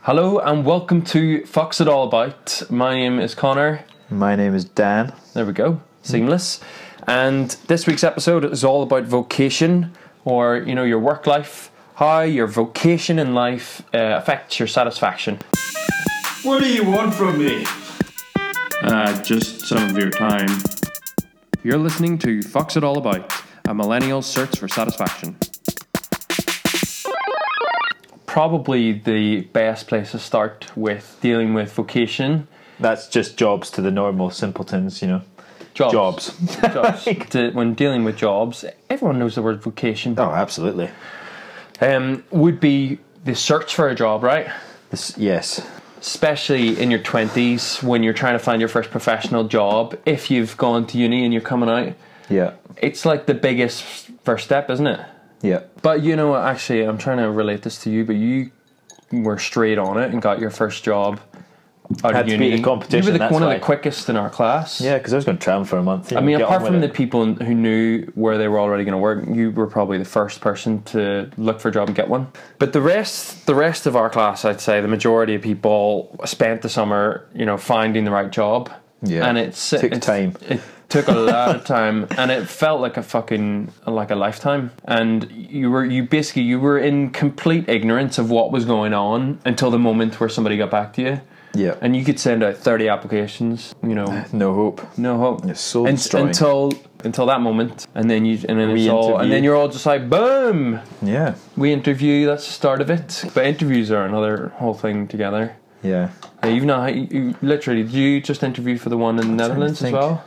Hello and welcome to Fox It All About. My name is Connor. My name is Dan. There we go. Seamless. And this week's episode is all about vocation or, you know, your work life, how your vocation in life uh, affects your satisfaction. What do you want from me? Uh, just some of your time. You're listening to Fox It All About, a millennial search for satisfaction. Probably the best place to start with dealing with vocation That's just jobs to the normal simpletons, you know. jobs. Jobs. Jobs. To- when dealing with jobs, everyone knows the word vocation. Oh, absolutely. um, would be the search for a job, right? This, yes. Especially in your 20s when you're trying to find your first professional job. If you've gone to uni and you're coming out, Yeah. it's like the biggest first step, isn't it? Yeah. But you know what? Actually, I'm trying to relate this to you, but you were straight on it and got your first job out Had of to uni. beat the competition, You were the, that's one why. of the quickest in our class. Yeah, because I was going to travel for a month. you I know, mean, get apart on from the with it. people who knew where they were already going to work, you were probably the first person to look for a job and get one. But the rest, the rest of our class, I'd say the majority of people spent the summer, you know, finding the right job. Yeah. and it's Took it's- time. It took a lot of time, and it felt like a fucking like a lifetime. And you were you basically you were in complete ignorance of what was going on until the moment where somebody got back to you. Yeah. And you could send out thirty applications, you know, no hope. no hope. It's soul Un- destroying. until until that moment, and then you and then it's all, and Re-interview. then you're all just like, boom, Yeah. we interview you. That's the start of it. But interviews are another whole thing together. Yeah. Now, you've not you- you literally did you just interview for the one in the trying to Netherlands as think. well?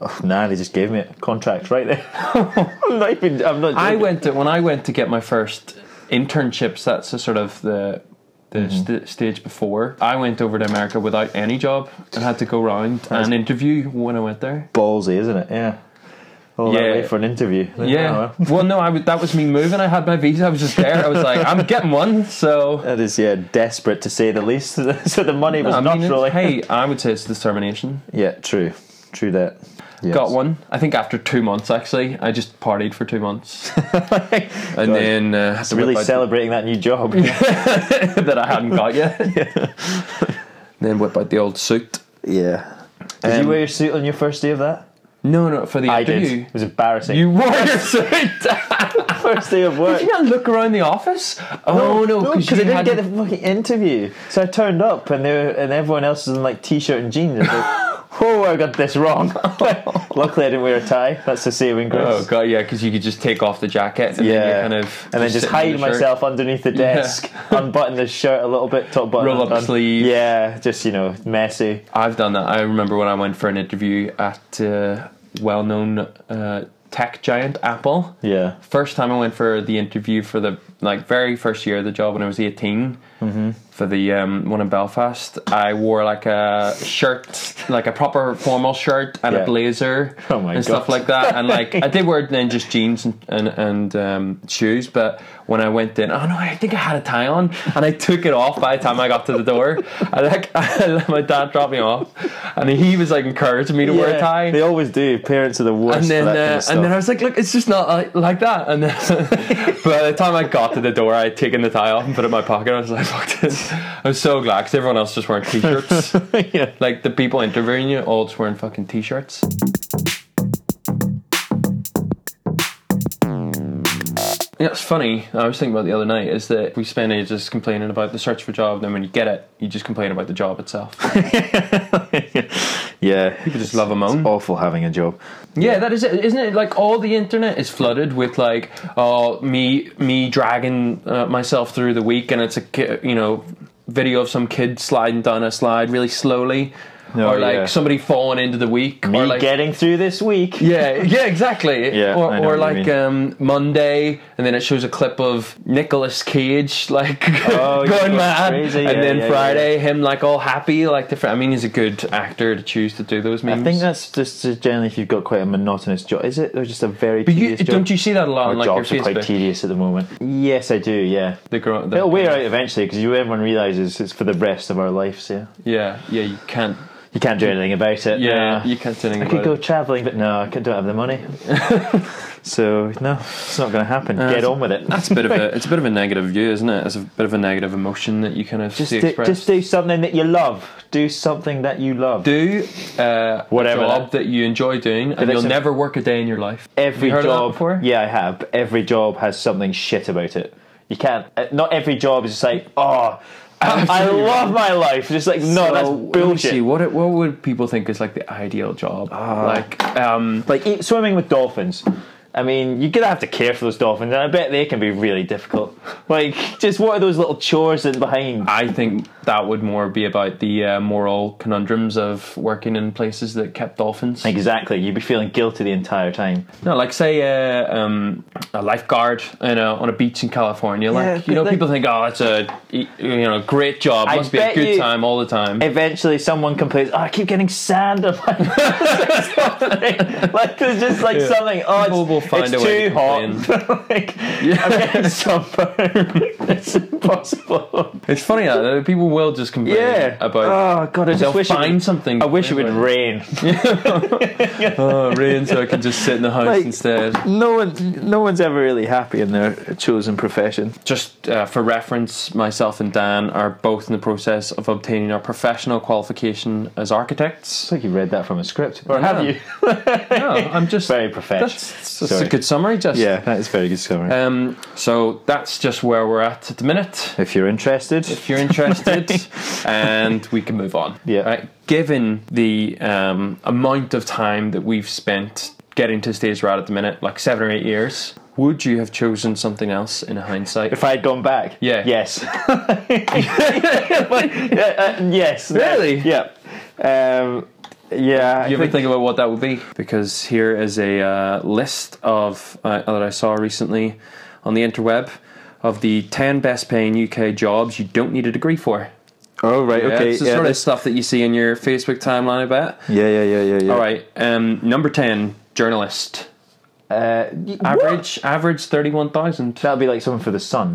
Oh, nah, they just gave me a contract right there. I'm not even. I'm not. I joking. went to, when I went to get my first internships. That's the sort of the. The Mm-hmm. st- stage before, I went over to America without any job and had to go round and interview when I went there. Ballsy, isn't it? Yeah. All Yeah. that way for an interview. Like, Yeah. oh, well. well, no, I was, that was me moving. I had my visa. I was just there. I was like, I'm getting one. So That is yeah, desperate to say the least. so the money was I not mean, it's- really. hey, I would say it's determination. Yeah, true, true that. Yes. Got one. I think after two months, actually, I just partied for two months, and then uh, had to Really whip out- celebrating that new job. that I hadn't got yet. then whip out the old suit. Yeah. Did Um, you wear your suit on your first day of that? No, no, for the I did. interview. It was embarrassing. You wore your suit. first day of work. Did you not look around the office? Oh no, because you I didn't had- get the fucking interview. So I turned up, and they were, and everyone else was in like t-shirt and jeans. I was like, Whoa, I got this wrong. Luckily, I didn't wear a tie. That's the saving grace. Oh god, yeah, because you could just take off the jacket and yeah, then you kind of and then just sit in hide the shirt. myself underneath the Yeah. desk, unbutton the shirt a little bit, top button, Roll up the undone. sleeve. Yeah, just you know, messy. I've done that. I remember when I went for an interview at uh, well-known uh, tech giant Apple. Yeah, First time I went for the interview for the like very first year of the job when I was 18 Mm-hmm. for the um, one in Belfast. I wore like a shirt, like a proper formal shirt and Yeah. a blazer Oh my and stuff God. like that. And like I did wear then just jeans and and, and um, shoes, but when I went in, oh no, I think I had a tie on, and I took it off by the time I got to the door. I like I let my dad drop me off, and he was like encouraging me to wear a Yeah, tie They always do. Parents are the worst. and then for that kind uh, of and then I was stuff. like, look, it's just not like, like that. And then by the time I got to the door, I had taken the tie off and put it in my pocket. I was like, fuck this. I was so glad because everyone else just wearing t-shirts. yeah. like the people interviewing you, all just wearing fucking t-shirts. Yeah, it's funny. I was thinking about the other night is that we spend ages complaining about the search for a job, then when you get it, you just complain about the job itself. Yeah, People just love a moan. awful having a job. Yeah, that is it, isn't it? Like all the internet is flooded with like, oh, me me dragging uh, myself through the week, and it's a ki- you know video of some kid sliding down a slide really slowly, Oh, or like yeah. somebody falling into the week, Me or like. getting through this week. yeah, yeah, exactly. Yeah, or I know or what you like mean. um, Monday, and then it shows a clip of Nicolas Cage like Oh, going yeah, going mad, crazy. and Yeah, then yeah, yeah, Friday him like all happy, like different. I mean, he's a good actor to choose to do those memes. I think that's just just generally if you've got quite a monotonous job, is it? Or just a very But you, tedious job? don't you see that a lot Our on like your jobs are Facebook? quite tedious at the moment. Yes, I do. Yeah, the girl, the, it'll wear out eventually because everyone realizes it's for the rest of our lives. Yeah, yeah, yeah, you can't You can't do anything about it. Yeah, No. you can't do anything I could about go it. travelling, but no, I c- don't have the money. so no, it's not going to happen. Get on with it. That's a bit of a it's a bit of a negative view, isn't it? It's a bit of a negative emotion that you kind of Just see do, expressed. just do something that you love. Do something that you love. do uh, Whatever a job that you enjoy doing, and that's you'll a- never work a day in your life. every You heard of that job. before? Yeah, I have. But every job has something shit about it. You can't. uh, Not every job is just like, oh, I, I Absolutely love my life. Just like, no, So, that's let me See, bullshit. Ah. what it- what would people think is like the ideal job? like um, Like eat, swimming with dolphins. I mean, you're gonna have to care for those dolphins, and I bet they can be really difficult. Like, just what are those little chores in behind? I think that would more be about the uh, moral conundrums of working in places that kept dolphins. Exactly, you'd be feeling guilty the entire time. No, like say uh, um, a lifeguard you know, on a beach in California. Like Yeah, you know, like- people think, oh, it's a you know great job. I Must be a bet good you- time all the time. Eventually, someone complains, oh, I keep getting sand on my Like, there's just like something, oh, People it's, will find it's a way too to hot. like, I'm getting sunburned. it's impossible. It's funny that uh, people will just complain Yeah. about. oh, God, I they'll just wish find it would, something. I wish it would rain. Oh, rain, so I can just sit in the house Like- instead. No one, no one's ever really happy in their chosen profession. Just uh, for reference, myself and Dan are both in the process of obtaining our professional qualification as architects. It's like you read that from a script. Or have Yeah. you? No, I'm just. Very professional. That's, that's a Sorry. good summary, just. Yeah, that is very good summary. Um, so that's just where we're at at the minute. if you're interested, If you're interested, and we can move on. Yeah. Right. Given the um, amount of time that we've spent getting to the stage we're at at the minute, like seven or eight years, would you have chosen something else in hindsight? if I had gone back. Yeah. Yes. Like, yeah, uh, yes. no, Really? Yeah. Um, yeah. I you ever think- think about what that would be? Because here is a uh, list of uh, that I saw recently on the interweb of the 10 best paying UK jobs you don't need a degree for. oh right. Yeah, okay. it's the yeah, sort of this- stuff that you see in your Facebook timeline, I bet. yeah. Yeah. Yeah. Yeah. Yeah. All right, um, number 10, journalist. Uh, y- what? Average, average 31,000. That'd be like someone for the Sun,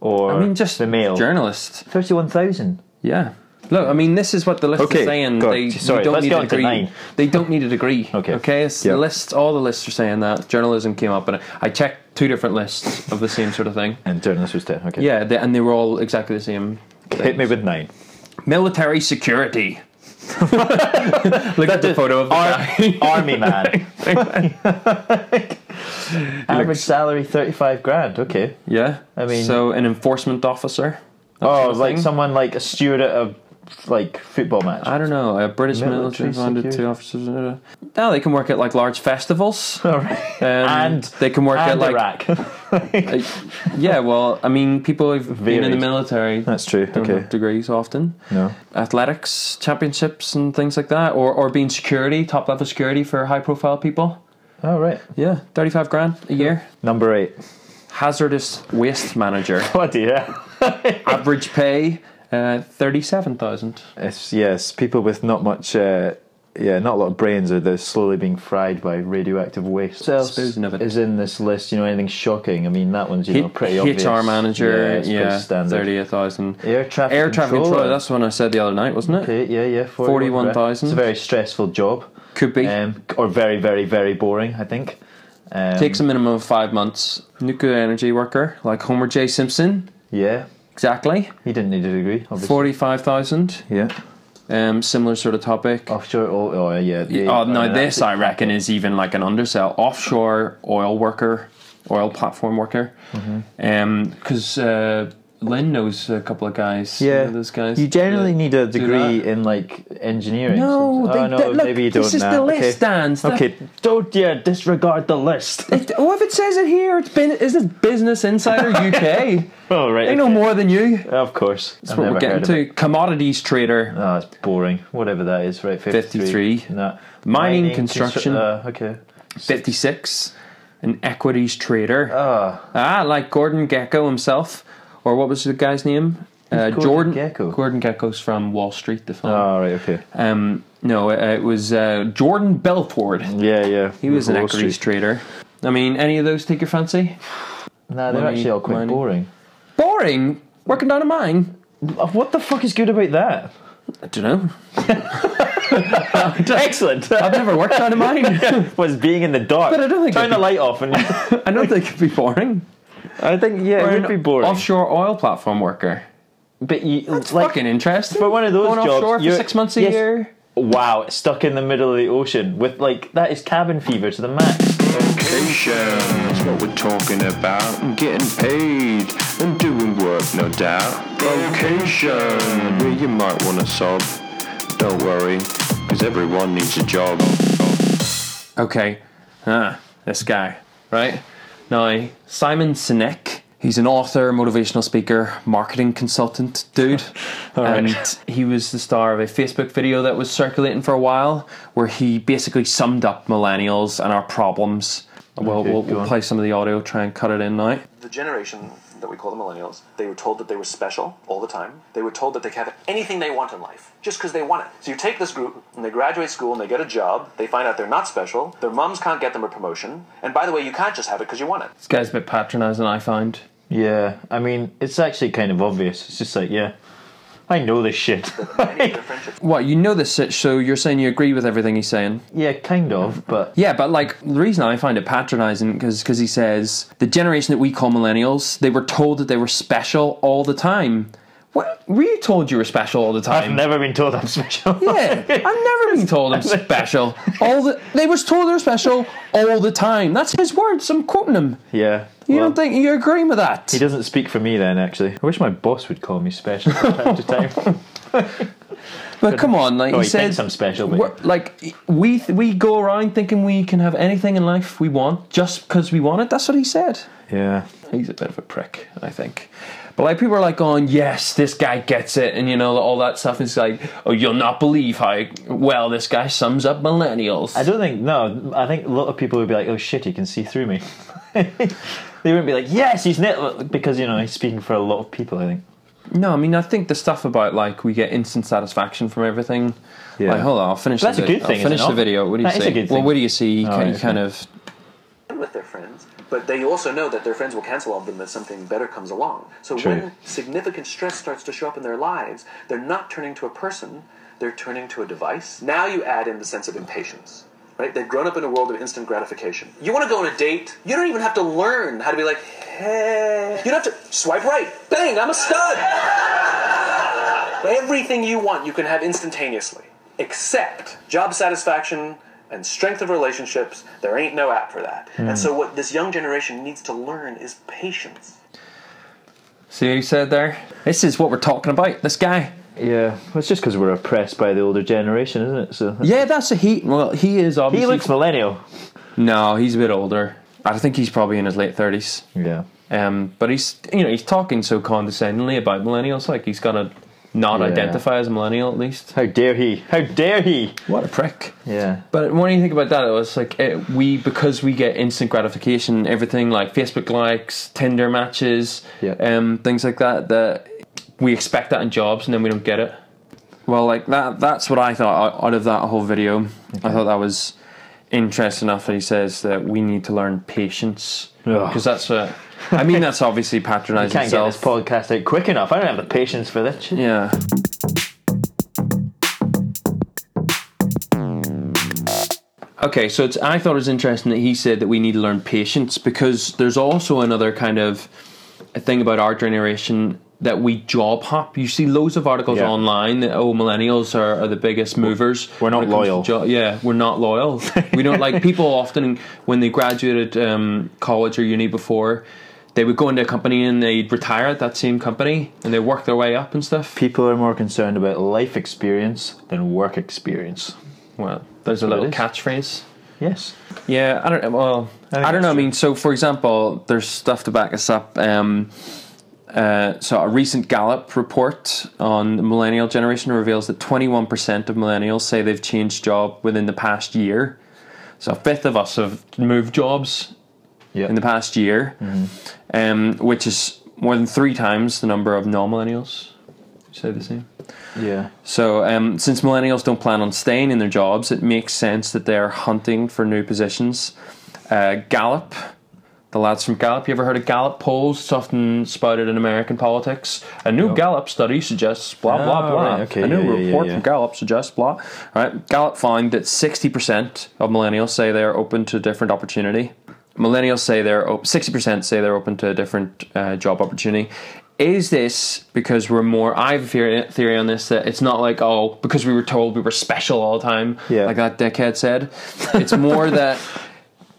or I mean, just the Mail. journalist. Thirty-one thousand. Yeah. Look, I mean, this is what the list Okay, is saying. go on. They Sorry, you don't let's need get a on to degree. nine. They don't need a degree. Okay. Okay. It's Yeah. the list. All the lists are saying that journalism came up, and I checked two different lists of the same sort of thing. And journalist was ten. Okay. Yeah, they, and they were all exactly the same. Hit me with nine. Military security. Look at the photo of the guy. Army man. Average salary thirty-five grand. Okay. yeah. I mean- so an enforcement officer. Oh, of like thing. someone like a steward at a like football match. I don't know. A British Military military, minded security. two officers. uh, Now they can work at like large festivals. All right. Um, And- they can work at and like Iraq. Uh, yeah, well, I mean, people have been in the Varied. military. That's true. Don't Okay. have degrees often. No. Athletics championships and things like that, or or being security, top level security for high profile people. All Oh, right. Yeah, thirty five grand a year. Number eight. Hazardous waste manager, Bloody hell. average pay uh, thirty seven thousand. It's, yes, people with not much, uh, yeah, not a lot of brains are they're slowly being fried by radioactive waste. What else Disposing of it. is in this list? You know, anything shocking? I mean, that one's you know pretty obvious. HR manager, it's pretty yeah, standard. thirty eight thousand. Air traffic Air traffic controller. controller. That's the one I said the other night, wasn't it? Okay, yeah, yeah, 41,000. It's a very stressful job, Could be. um, or very, very, very boring. I think. Um, Takes a minimum of five months. Nuclear energy worker, like Homer J. Simpson, yeah. exactly. He didn't need a degree, obviously. 45,000. Yeah. Um, similar sort of topic. Offshore. Oh, oh yeah. they- oh, now mean, this I reckon is even like an undersell. Offshore oil worker, oil platform worker. Mm-hmm. Because uh, Lynn knows a couple of guys. you Yeah, know those guys. You generally that need a do degree that. in like engineering. No, so- they- oh, no, they- look, maybe you don't. this is now. the list, okay. Dan, it's Okay, don't yeah disregard the list. It, oh, if it says it here, it's been is it Business Insider UK? oh right, they know okay. more than you. Of course, That's what we're getting to. Commodities trader, Oh, it's boring. Whatever that is, right? 53. 53. No. Mining, construction. constru- uh, okay. fifty six, an equities trader. Ah, Ah, like Gordon Gecko himself, or what was the guy's name? Uh, Gordon Jordan Gekko? Gordon Gecko's from Wall Street, the film. oh, right, okay. Um, no, uh, it was uh, Jordan Belford. Yeah, yeah. He was an equities trader. I mean, any of those take your fancy? No, they're Money, actually all quite money. boring. Boring. Working down a mine. Uh, What the fuck is good about that? I don't know. Excellent. I've never worked out of mine. was being in the dark. But I don't think turn it'd be- the light off, and I don't think it'd be boring. I think yeah, Or it an would be boring. Offshore oil platform worker. but you It's like fucking interesting. But one of those Going jobs, offshore for you're- six months a yes. year. wow, it's stuck in the middle of the ocean with like that is cabin fever to the max. That's what we're talking about. Getting paid and doing work, no doubt. Location, where you might want to sob. Don't worry, because everyone needs a job. Okay, ah, this guy, right? Now, Simon Sinek, he's an author, motivational speaker, marketing consultant dude. And he was the star of a Facebook video that was circulating for a while where he basically summed up millennials and our problems. Well, Okay, we'll, go we'll on. play some of the audio, try and cut it in now. the generation that we call the millennials, they were told that they were special all the time. They were told that they could have anything they want in life just because they want it. So you take this group and they graduate school and they get a job, they find out they're not special, their moms can't get them a promotion, and by the way, you can't just have it because you want it. This guy's a bit patronising, I find. Yeah, I mean it's actually kind of obvious. It's just like yeah, I know this shit. Many of their friendships What, you know this, shit, so you're saying you agree with everything he's saying? yeah, kind of, but Yeah, but like the reason I find it patronizing because he says the generation that we call millennials, they were told that they were special all the time. What were you told you were special all the I've time? never been told I'm special. yeah, I've never been told I'm special. All the they was told they're special all the time. That's his words. I'm quoting him. yeah. You well, don't think you're agreeing with that? he doesn't speak for me then? Actually, I wish my boss would call me special from time to time. But come on, like Oh, he, he said, thinks I'm special, but- we're- Like we we go around thinking we can have anything in life we want just because we want it. That's what he said. yeah. he's a bit of a prick, I think. But like people are like going, yes, this guy gets it, and you know all that stuff. It's like, oh, you'll not believe how well this guy sums up millennials. I don't think no. I think a lot of people would be like, "Oh shit, he can see through me." they wouldn't be like, "Yes, he's net," because you know he's speaking for a lot of people. I think. no, I mean I think the stuff about like we get instant satisfaction from everything. Yeah. Like, hold on, I'll finish. That's the a vid- good thing, I'll is finish it the not? video. What do you That see? is a good Well, thing. what do you see? You Oh, kind, you yeah. kind of. with their friends, but they also know that their friends will cancel all of them if something better comes along. So True. when significant stress starts to show up in their lives, they're not turning to a person, they're turning to a device. Now you add in the sense of impatience. Right? They've grown up in a world of instant gratification. You want to go on a date, you don't even have to learn how to be like, hey. You don't have to swipe right. Bang, I'm a stud. Everything you want, you can have instantaneously, except job satisfaction and strength of relationships. There ain't no app for that. And so, what this young generation needs to learn is patience. See what he said there? This is what we're talking about. This guy. Yeah, well, it's just because we're oppressed by the older generation, isn't it? So Yeah, that's a he. Well, he is he obviously. looks millennial. no, he's a bit older. I think he's probably in his late thirties. Yeah, Um, but he's you know he's talking so condescendingly about millennials, like he's gonna not Yeah. identify as a millennial at least. how dare he? How dare he? What a prick! Yeah, But when you think about that, it was like it, we because we get instant gratification, everything like Facebook likes, Tinder matches, Yeah. um, things like that. That we expect that in jobs, and then we don't get it. Well, like that. That's what I thought out- out of that whole video. I thought that was interesting enough that he says that we need to learn patience Ugh. because that's a. I mean, that's obviously patronising. can't get self. this podcast out quick enough. I don't have the patience for this. shit. Yeah. Okay, so it's, I thought it was interesting that he said that we need to learn patience because there's also another kind of a thing about our generation that we job hop. You see loads of articles Yeah. online that oh millennials are, are the biggest movers. We're when not it comes to loyal. jo- yeah, we're not loyal. we don't like people often when they graduated um, college or uni before. They would go into a company and they'd retire at that same company and they work their way up and stuff. People are more concerned about life experience than work experience. Well, there's a what little it is. catchphrase. Yes. Yeah, I don't. Well, I, think don't know. I that's mean, so for example, there's stuff to back us up. Um, uh, so a recent Gallup report on the millennial generation reveals that 21% of millennials say they've changed job within the past year. So a fifth of us have moved jobs Yeah. in the past year, Mm-hmm. um, which is more than three times the number of non-millennials. who Say the same. yeah. So, um, since millennials don't plan on staying in their jobs, it makes sense that they're hunting for new positions. Uh, Gallup, the the lads from Gallup. You ever heard of Gallup polls? It's often spouted in American politics. A new Gallup study suggests blah blah Oh, blah. right, okay, a new yeah, yeah, yeah, report yeah. from Gallup suggests blah. All right, Gallup found that sixty percent of millennials say they are open to different opportunity. Millennials say they're op- sixty percent say they're open to a different uh, job opportunity. Is this because we're more? I have a theory, theory on this that it's not like oh because we were told we were special all the time, Yeah. like that dickhead said. It's more that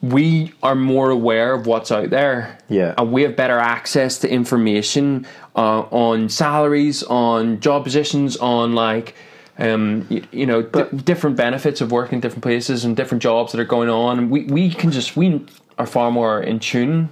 we are more aware of what's out there. Yeah. And we have better access to information uh, on salaries, on job positions, on like, um, you, you know, di- different benefits of working different places and different jobs that are going on. And we, we can just, we are far more in tune.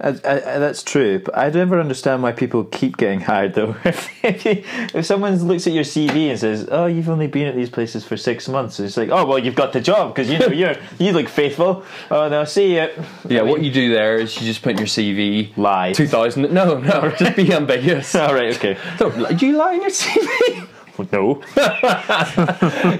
I, I, I- that's true, but I never understand why people keep getting hired though. if, you- if someone looks at your CV and says, "Oh, you've only been at these places for six months," it's like, "Oh, well, you've got the job because you know you're you look faithful." Oh no, see you. Yeah, what you do there is you just put in your CV. Lie. 2000. No, no, just be ambiguous. All right, okay. Don't, li- do you lie in your CV? No.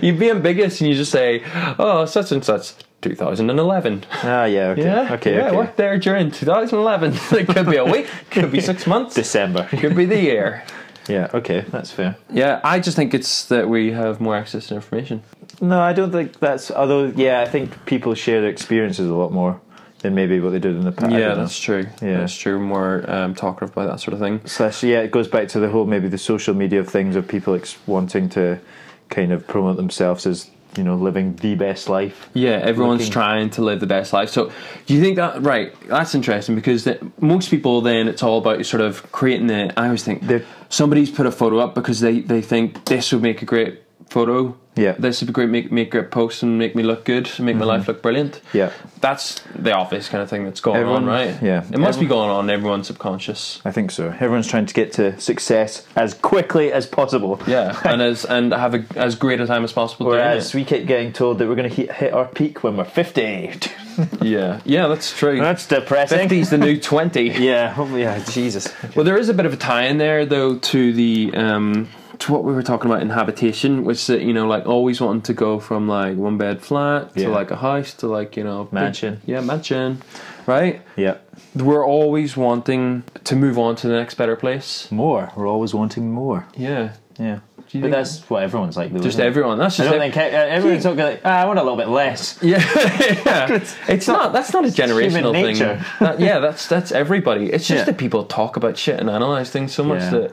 you be ambiguous and you just say, oh, such and such, 2011. Ah, yeah. Okay. Yeah. Okay. Yeah, I okay. worked there during 2011. it could be a week, could be six months, December. could be the year. yeah. Okay, that's fair. Yeah, I just think it's that we have more access to information. No, I don't think that's. Although, yeah, I think people share their experiences a lot more than maybe what they did in the past. I yeah, don't know. that's true. Yeah. That's true. More um, talkative about that sort of thing. Slash, yeah, it goes back to the whole maybe the social media of things of people ex- wanting to kind of promote themselves as you know living the best life. Yeah, everyone's Looking- trying to live the best life. So, do you think that right? That's interesting because that most people then it's all about sort of creating the. I always think They're- somebody's put a photo up because they they think this would make a great photo. Yeah. this would be great. Make make great posts and make me look good. Make my life look brilliant. Yeah. that's the obvious kind of thing that's going Everyone- on, right? yeah. it must be going on in everyone's subconscious. I think so. Everyone's trying to get to success as quickly as possible. Yeah, and as and have a, as great a time as possible. doing Whereas we keep getting told that we're going to hit, hit our peak when we're fifty. it. yeah, yeah, that's true. that's depressing. Fifty's the new twenty. Yeah. oh, Yeah. Jesus. Well, there is a bit of a tie in there, though, to the um, to what we were talking about in habitation, which that you know, like always wanting to go from like one bed flat Yeah. to like a house to like you know big- Mansion. yeah, mansion, right? Yeah. We're always wanting to move on to the next better place. More. We're always wanting more. Yeah, Yeah. you But think- that's what everyone's like. Though, just isn't it? everyone. That's I just don't ev- think uh, everyone's not going. Ah, I want a little bit less. Yeah, yeah. it's not. That's not a generational human thing. nature. That- yeah, that's that's everybody. It's just Yeah. that people talk about shit and analyze things so much Yeah. that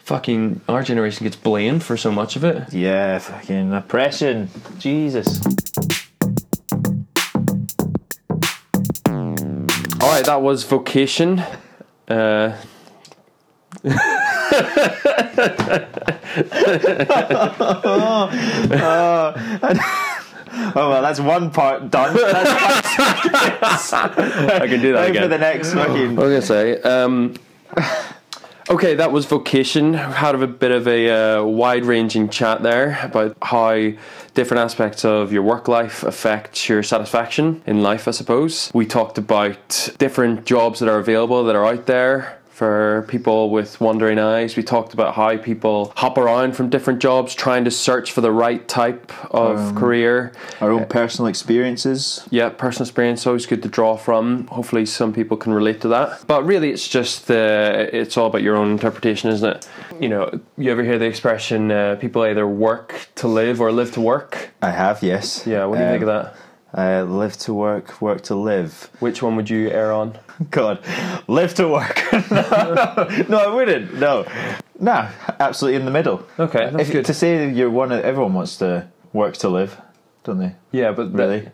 fucking our generation gets blamed for so much of it. Yeah, fucking oppression. Jesus. All right, that was vocation. Uh, Oh well, that's one part done. That's I can do that time for the next fucking. What was I gonna say? Um, okay, that was vocation. Had a bit of a uh, wide-ranging chat there about how different aspects of your work life affect your satisfaction in life. I suppose we talked about different jobs that are available that are out there. For people with wandering eyes, we talked about how people hop around from different jobs trying to search for the right type of career. Our own personal experiences. Yeah, personal experience always good to draw from. Hopefully, some people can relate to that. But really, it's just uh, it's all about your own interpretation, isn't it? You know, you ever hear the expression uh, "people either work to live or live to work"? I have, yes. Yeah, what do you think of that? that? Uh, live to work, work to live. Which one would you err on? God, live to work. no, no, no, I wouldn't. No, nah, absolutely in the middle. Okay, that's If- good. To say that you're one, of, everyone wants to work to live, don't they? Yeah, but the- Really?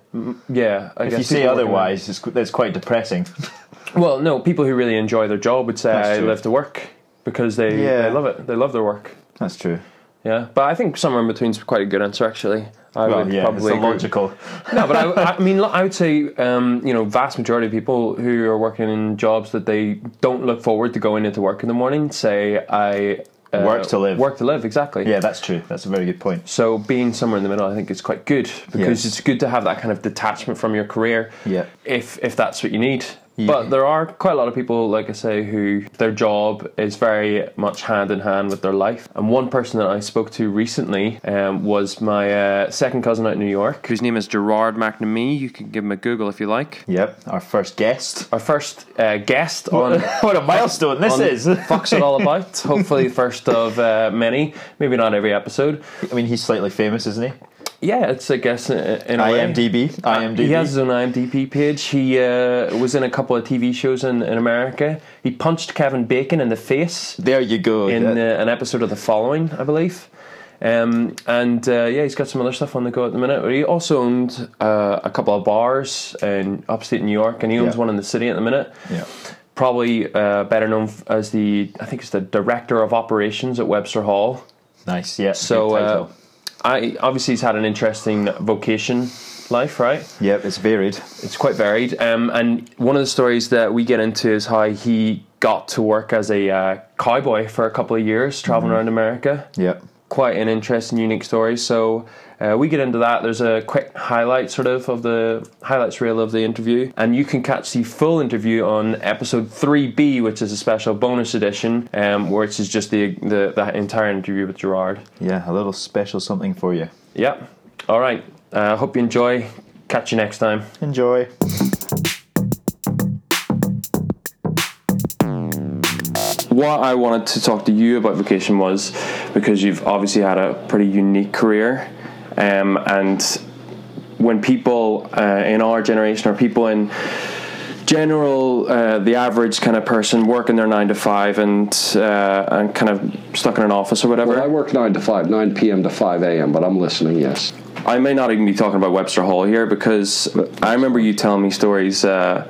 yeah. I If guess you say people working- otherwise, it's, qu- that's quite depressing. well, no, people who really enjoy their job would say That's I true. live to work because they, Yeah. they love it. They love their work. That's true. Yeah, but I think somewhere in between is quite a good answer actually. I Well, would yeah, probably it's the agree- logical. no, but I, I mean, look, I would say, um, you know, vast majority of people who are working in jobs that they don't look forward to going into work in the morning say, I uh, Work to live. Work to live, exactly. Yeah, that's true. That's a very good point. So being somewhere in the middle, I think, is quite good because Yes. it's good to have that kind of detachment from your career. Yeah. If if that's what you need. But there are quite a lot of people, like I say, who their job is very much hand in hand with their life. And one person that I spoke to recently um, was my uh, second cousin out in New York, whose name is Gerard McNamee. You can give him a Google if you like. Yep, our first guest. Our first uh, guest on what a milestone this on is! Fucks It All About. Hopefully, first of uh, many. Maybe not every episode. I mean, he's slightly famous, isn't he? Yeah, it's, I guess, in, in a way. IMDb, IMDb. He has his own IMDb page. He uh, was in a couple of TV shows in, in America. He punched Kevin Bacon in the face there you go. in That- uh, an episode of The Following, I believe. Um, and uh, yeah, he's got some other stuff on the go at the minute. He also owned uh, a couple of bars in upstate New York, and he owns Yeah. one in the city at the minute. Yeah. Probably uh, better known f- as the, I think it's the director of operations at Webster Hall. nice. Yeah. So, good uh, title. I obviously he's had an interesting vocation life, right? yep, it's varied. It's quite varied. Um, and one of the stories that we get into is how he got to work as a uh, cowboy for a couple of years, traveling around America. Yep. Quite an interesting, unique story. So uh, we get into that. There's a quick highlight, sort of, of the highlights reel of the interview, and you can catch the full interview on episode three B, which is a special bonus edition, um, which is just the, the the entire interview with Gerard. Yeah, a little special something for you. Yep. All right. Uh, hope you enjoy. Catch you next time. Enjoy. What I wanted to talk to you about vocation was because you've obviously had a pretty unique career, um, and when people uh, in our generation or people in general, uh, the average kind of person working their nine to five and uh, and kind of stuck in an office or whatever. I work 9 to 5, 9 p.m. to 5 a.m., but I'm listening, yes. I may not even be talking about Webster Hall here because I remember you telling me stories uh,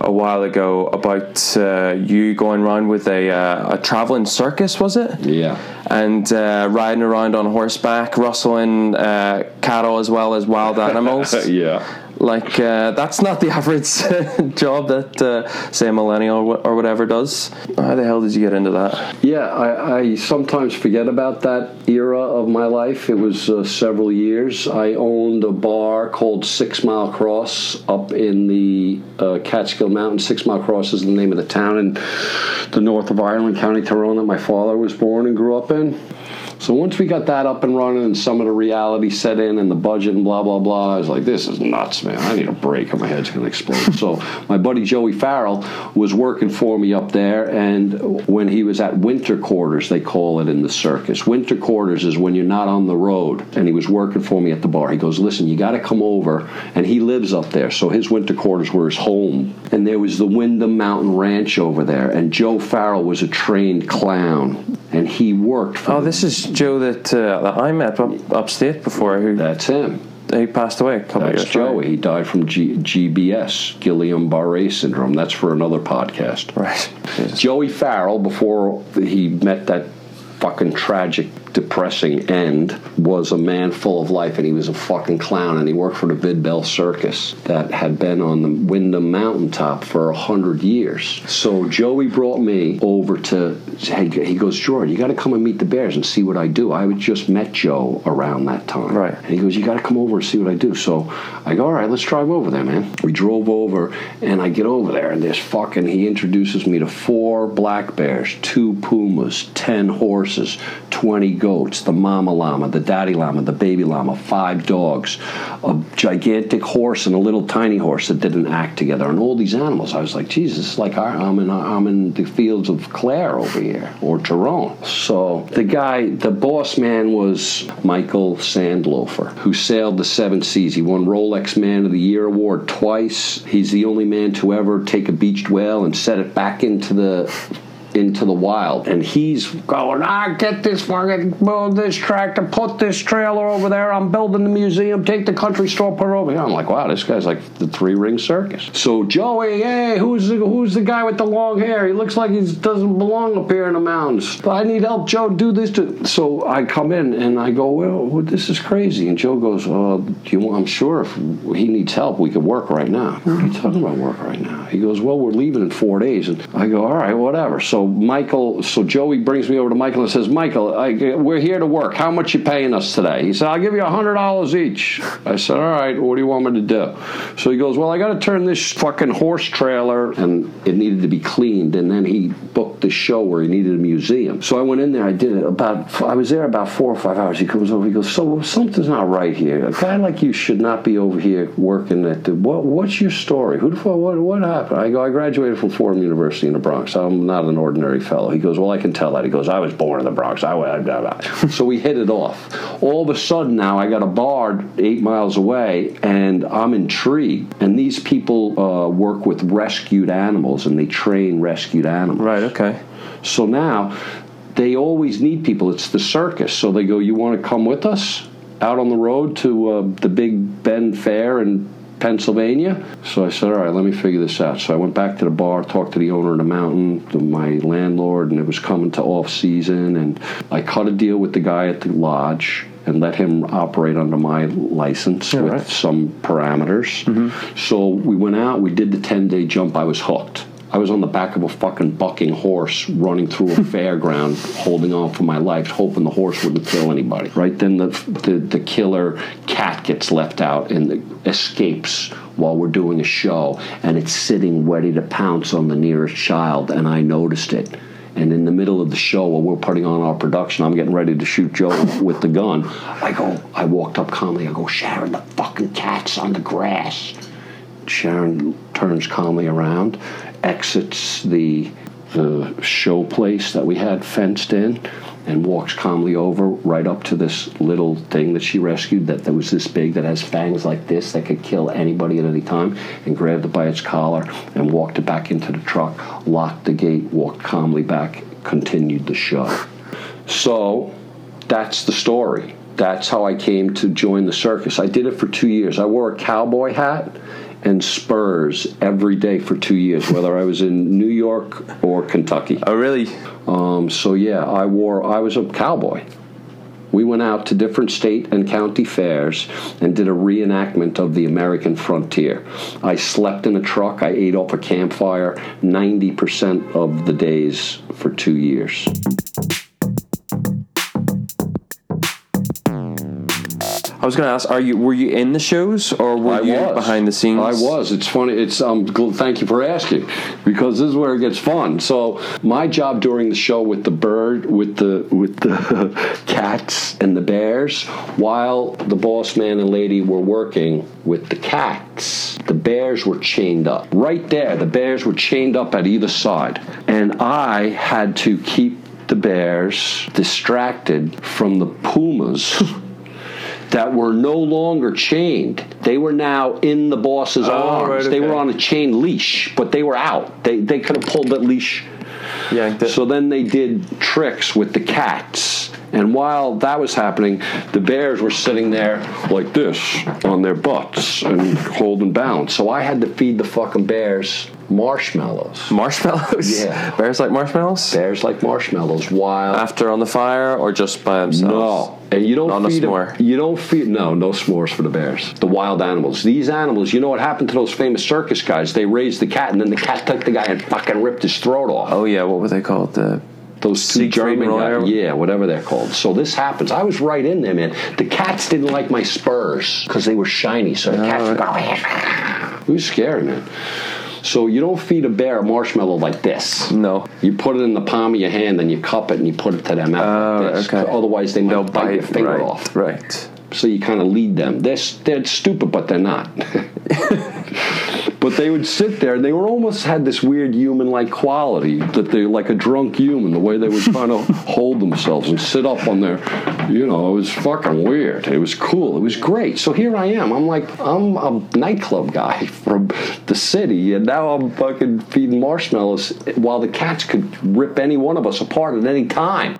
a while ago about uh, you going around with a, uh, a traveling circus, was it? Yeah. And uh, riding around on horseback, rustling uh, cattle as well as wild animals. Yeah. Like, uh, that's not the average job that, uh, say, a millennial or wh- or whatever does. How the hell did you get into that? Yeah, I, I sometimes forget about that era of my life. It was uh, several years. I owned a bar called Six Mile Cross up in the uh, Catskill Mountains. Six Mile Cross is the name of the town in the north of Ireland, County Tyrone, that my father was born and grew up in. So once we got that up and running and some of the reality set in and the budget and blah, blah, blah, I was like, this is nuts, man. I need a break or my head's going to explode. so my buddy Joey Farrell was working for me up there. And when he was at winter quarters, they call it in the circus. Winter quarters is when you're not on the road. And he was working for me at the bar. He goes, listen, you got to come over. And he lives up there. So his winter quarters were his home. And there was the Wyndham Mountain Ranch over there. And Joe Farrell was a trained clown. And he worked for Oh, this is Joe that, uh, that I met up, upstate before who That's him. he passed away a couple That's years ago. Joey. He died from G- GBS, Guillain Barre syndrome. That's for another podcast. Right. Joey Farrell, before he met that fucking tragic, depressing end, was a man full of life and he was a fucking clown and he worked for the Vid Bell Circus that had been on the Wyndham Mountaintop for a hundred years. So Joey brought me over to, hey, he goes, Jordan, you got to come and meet the Bears and see what I do. I had just met Joe around that time. Right. And he goes, You got to come over and see what I do. So I go, All right, let's drive over there, man. We drove over, and I get over there, and there's fucking, he introduces me to four black bears, two pumas, 10 horses, 20 goats, the mama llama, the daddy llama, the baby llama, five dogs, a gigantic horse, and a little tiny horse that didn't act together, and all these animals. I was like, Jesus, it's like our, I'm, in, I'm in the fields of Clare over here, or Tyrone. So the guy, the boss man was Michael Sandlofer, who sailed the seven seas. He won Rolex Man of the Year award twice. He's the only man to ever take a beached whale and set it back into the into the wild and he's going ah get this fucking build this tractor put this trailer over there i'm building the museum take the country store put it over here i'm like wow this guy's like the three ring circus so joey hey who's the, who's the guy with the long hair he looks like he doesn't belong up here in the mountains i need help joe do this to so i come in and i go well, well this is crazy and joe goes uh, do you want, i'm sure if he needs help we could work right now what are you talking about work right now he goes well we're leaving in four days and i go all right whatever so So Michael, so Joey brings me over to Michael and says, Michael, I, we're here to work. How much you paying us today? He said, I'll give you hundred dollars each. I said, all right. What do you want me to do? So he goes, well, I got to turn this fucking horse trailer, and it needed to be cleaned. And then he booked the show where he needed a museum. So I went in there. I did it about. I was there about four or five hours. He comes over. He goes, so something's not right here. A guy like you should not be over here working at the. What, what's your story? Who the fuck? What, what happened? I go. I graduated from Fordham University in the Bronx. I'm not an ordinary fellow. He goes, well, I can tell that. He goes, I was born in the Bronx. I went. Blah, blah. so we hit it off. All of a sudden now, I got a bar eight miles away, and I'm intrigued. And these people uh, work with rescued animals, and they train rescued animals. Right. Okay. So now they always need people. It's the circus. So they go, You want to come with us out on the road to uh, the Big Ben Fair in Pennsylvania? So I said, All right, let me figure this out. So I went back to the bar, talked to the owner of the mountain, to my landlord, and it was coming to off season. And I cut a deal with the guy at the lodge. And let him operate under my license with right. some parameters. So we went out, we did the 10 day jump, I was hooked. I was on the back of a fucking bucking horse running through a fairground, holding on for my life, hoping the horse wouldn't kill anybody. Right then, the, the, the killer cat gets left out and the, escapes while we're doing a show, and it's sitting ready to pounce on the nearest child, and I noticed it. And in the middle of the show, while we're putting on our production, I'm getting ready to shoot Joe with the gun. I go, I walked up calmly. I go, Sharon, the fucking cat's on the grass. Sharon turns calmly around, exits the the show place that we had fenced in, and walks calmly over right up to this little thing that she rescued that, that was this big that has fangs like this that could kill anybody at any time, and grabbed it by its collar and walked it back into the truck, locked the gate, walked calmly back, continued the show. So that's the story. That's how I came to join the circus. I did it for two years. I wore a cowboy hat and spurs every day for two years, whether I was in New York or Kentucky. Oh, really? Um, so yeah, I wore. I was a cowboy. We went out to different state and county fairs and did a reenactment of the American frontier. I slept in a truck. I ate off a campfire 90% of the days for two years. I was going to ask, are you were you in the shows or were I you was behind the scenes? I was. It's funny. It's um. gl- Thank you for asking, because this is where it gets fun. So my job during the show with the bird, with the with the cats and the bears, while the boss man and lady were working with the cats, the bears were chained up. Right there, the bears were chained up at either side, and I had to keep the bears distracted from the pumas. that were no longer chained. They were now in the boss's arms. Oh, right, They okay. were on a chain leash, but they were out. They they could have pulled that leash. Yeah. the- So then they did tricks with the cats. And while that was happening, the bears were sitting there like this on their butts and holding balance. So I had to feed the fucking bears marshmallows. marshmallows. Yeah. bears like marshmallows. Bears like marshmallows while After on the fire or just by themselves? No, and you don't Not a feed 'em- s'more. you don't feed no no s'mores for the bears. The wild animals. These animals. You know what happened to those famous circus guys? They raised the cat, and then the cat took the guy and fucking ripped his throat off. Oh yeah, what were they called? The those two Siegfried German and Roy- guys, yeah, whatever they're called. So this happens. I was right in there, man. The cats didn't like my spurs because they were shiny. So the cats would go, it was scary, man. So you don't feed a bear a marshmallow like this. no. You put it in the palm of your hand, and you cup it, and you put it to their mouth. like Oh, this. okay. Otherwise, they might They'll bite, bite your finger right, off Right. so you kind of lead them. They're, s- they're stupid, but they're not. but they would sit there, and they were almost had this weird human-like quality that they like a drunk human, the way they were trying to hold themselves and sit up on their, you know, it was fucking weird. It was cool. It was great. So here I am. I'm like I'm a nightclub guy from the city, and now I'm fucking feeding marshmallows while the cats could rip any one of us apart at any time.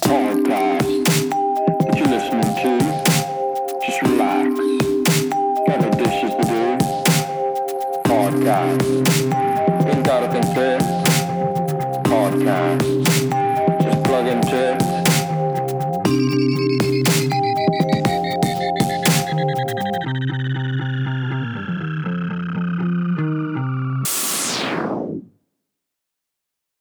podcast. What you listening to? Just relax. Got no dishes to do. Podcast. Ain't gotta think this. Podcast. Just plug into it.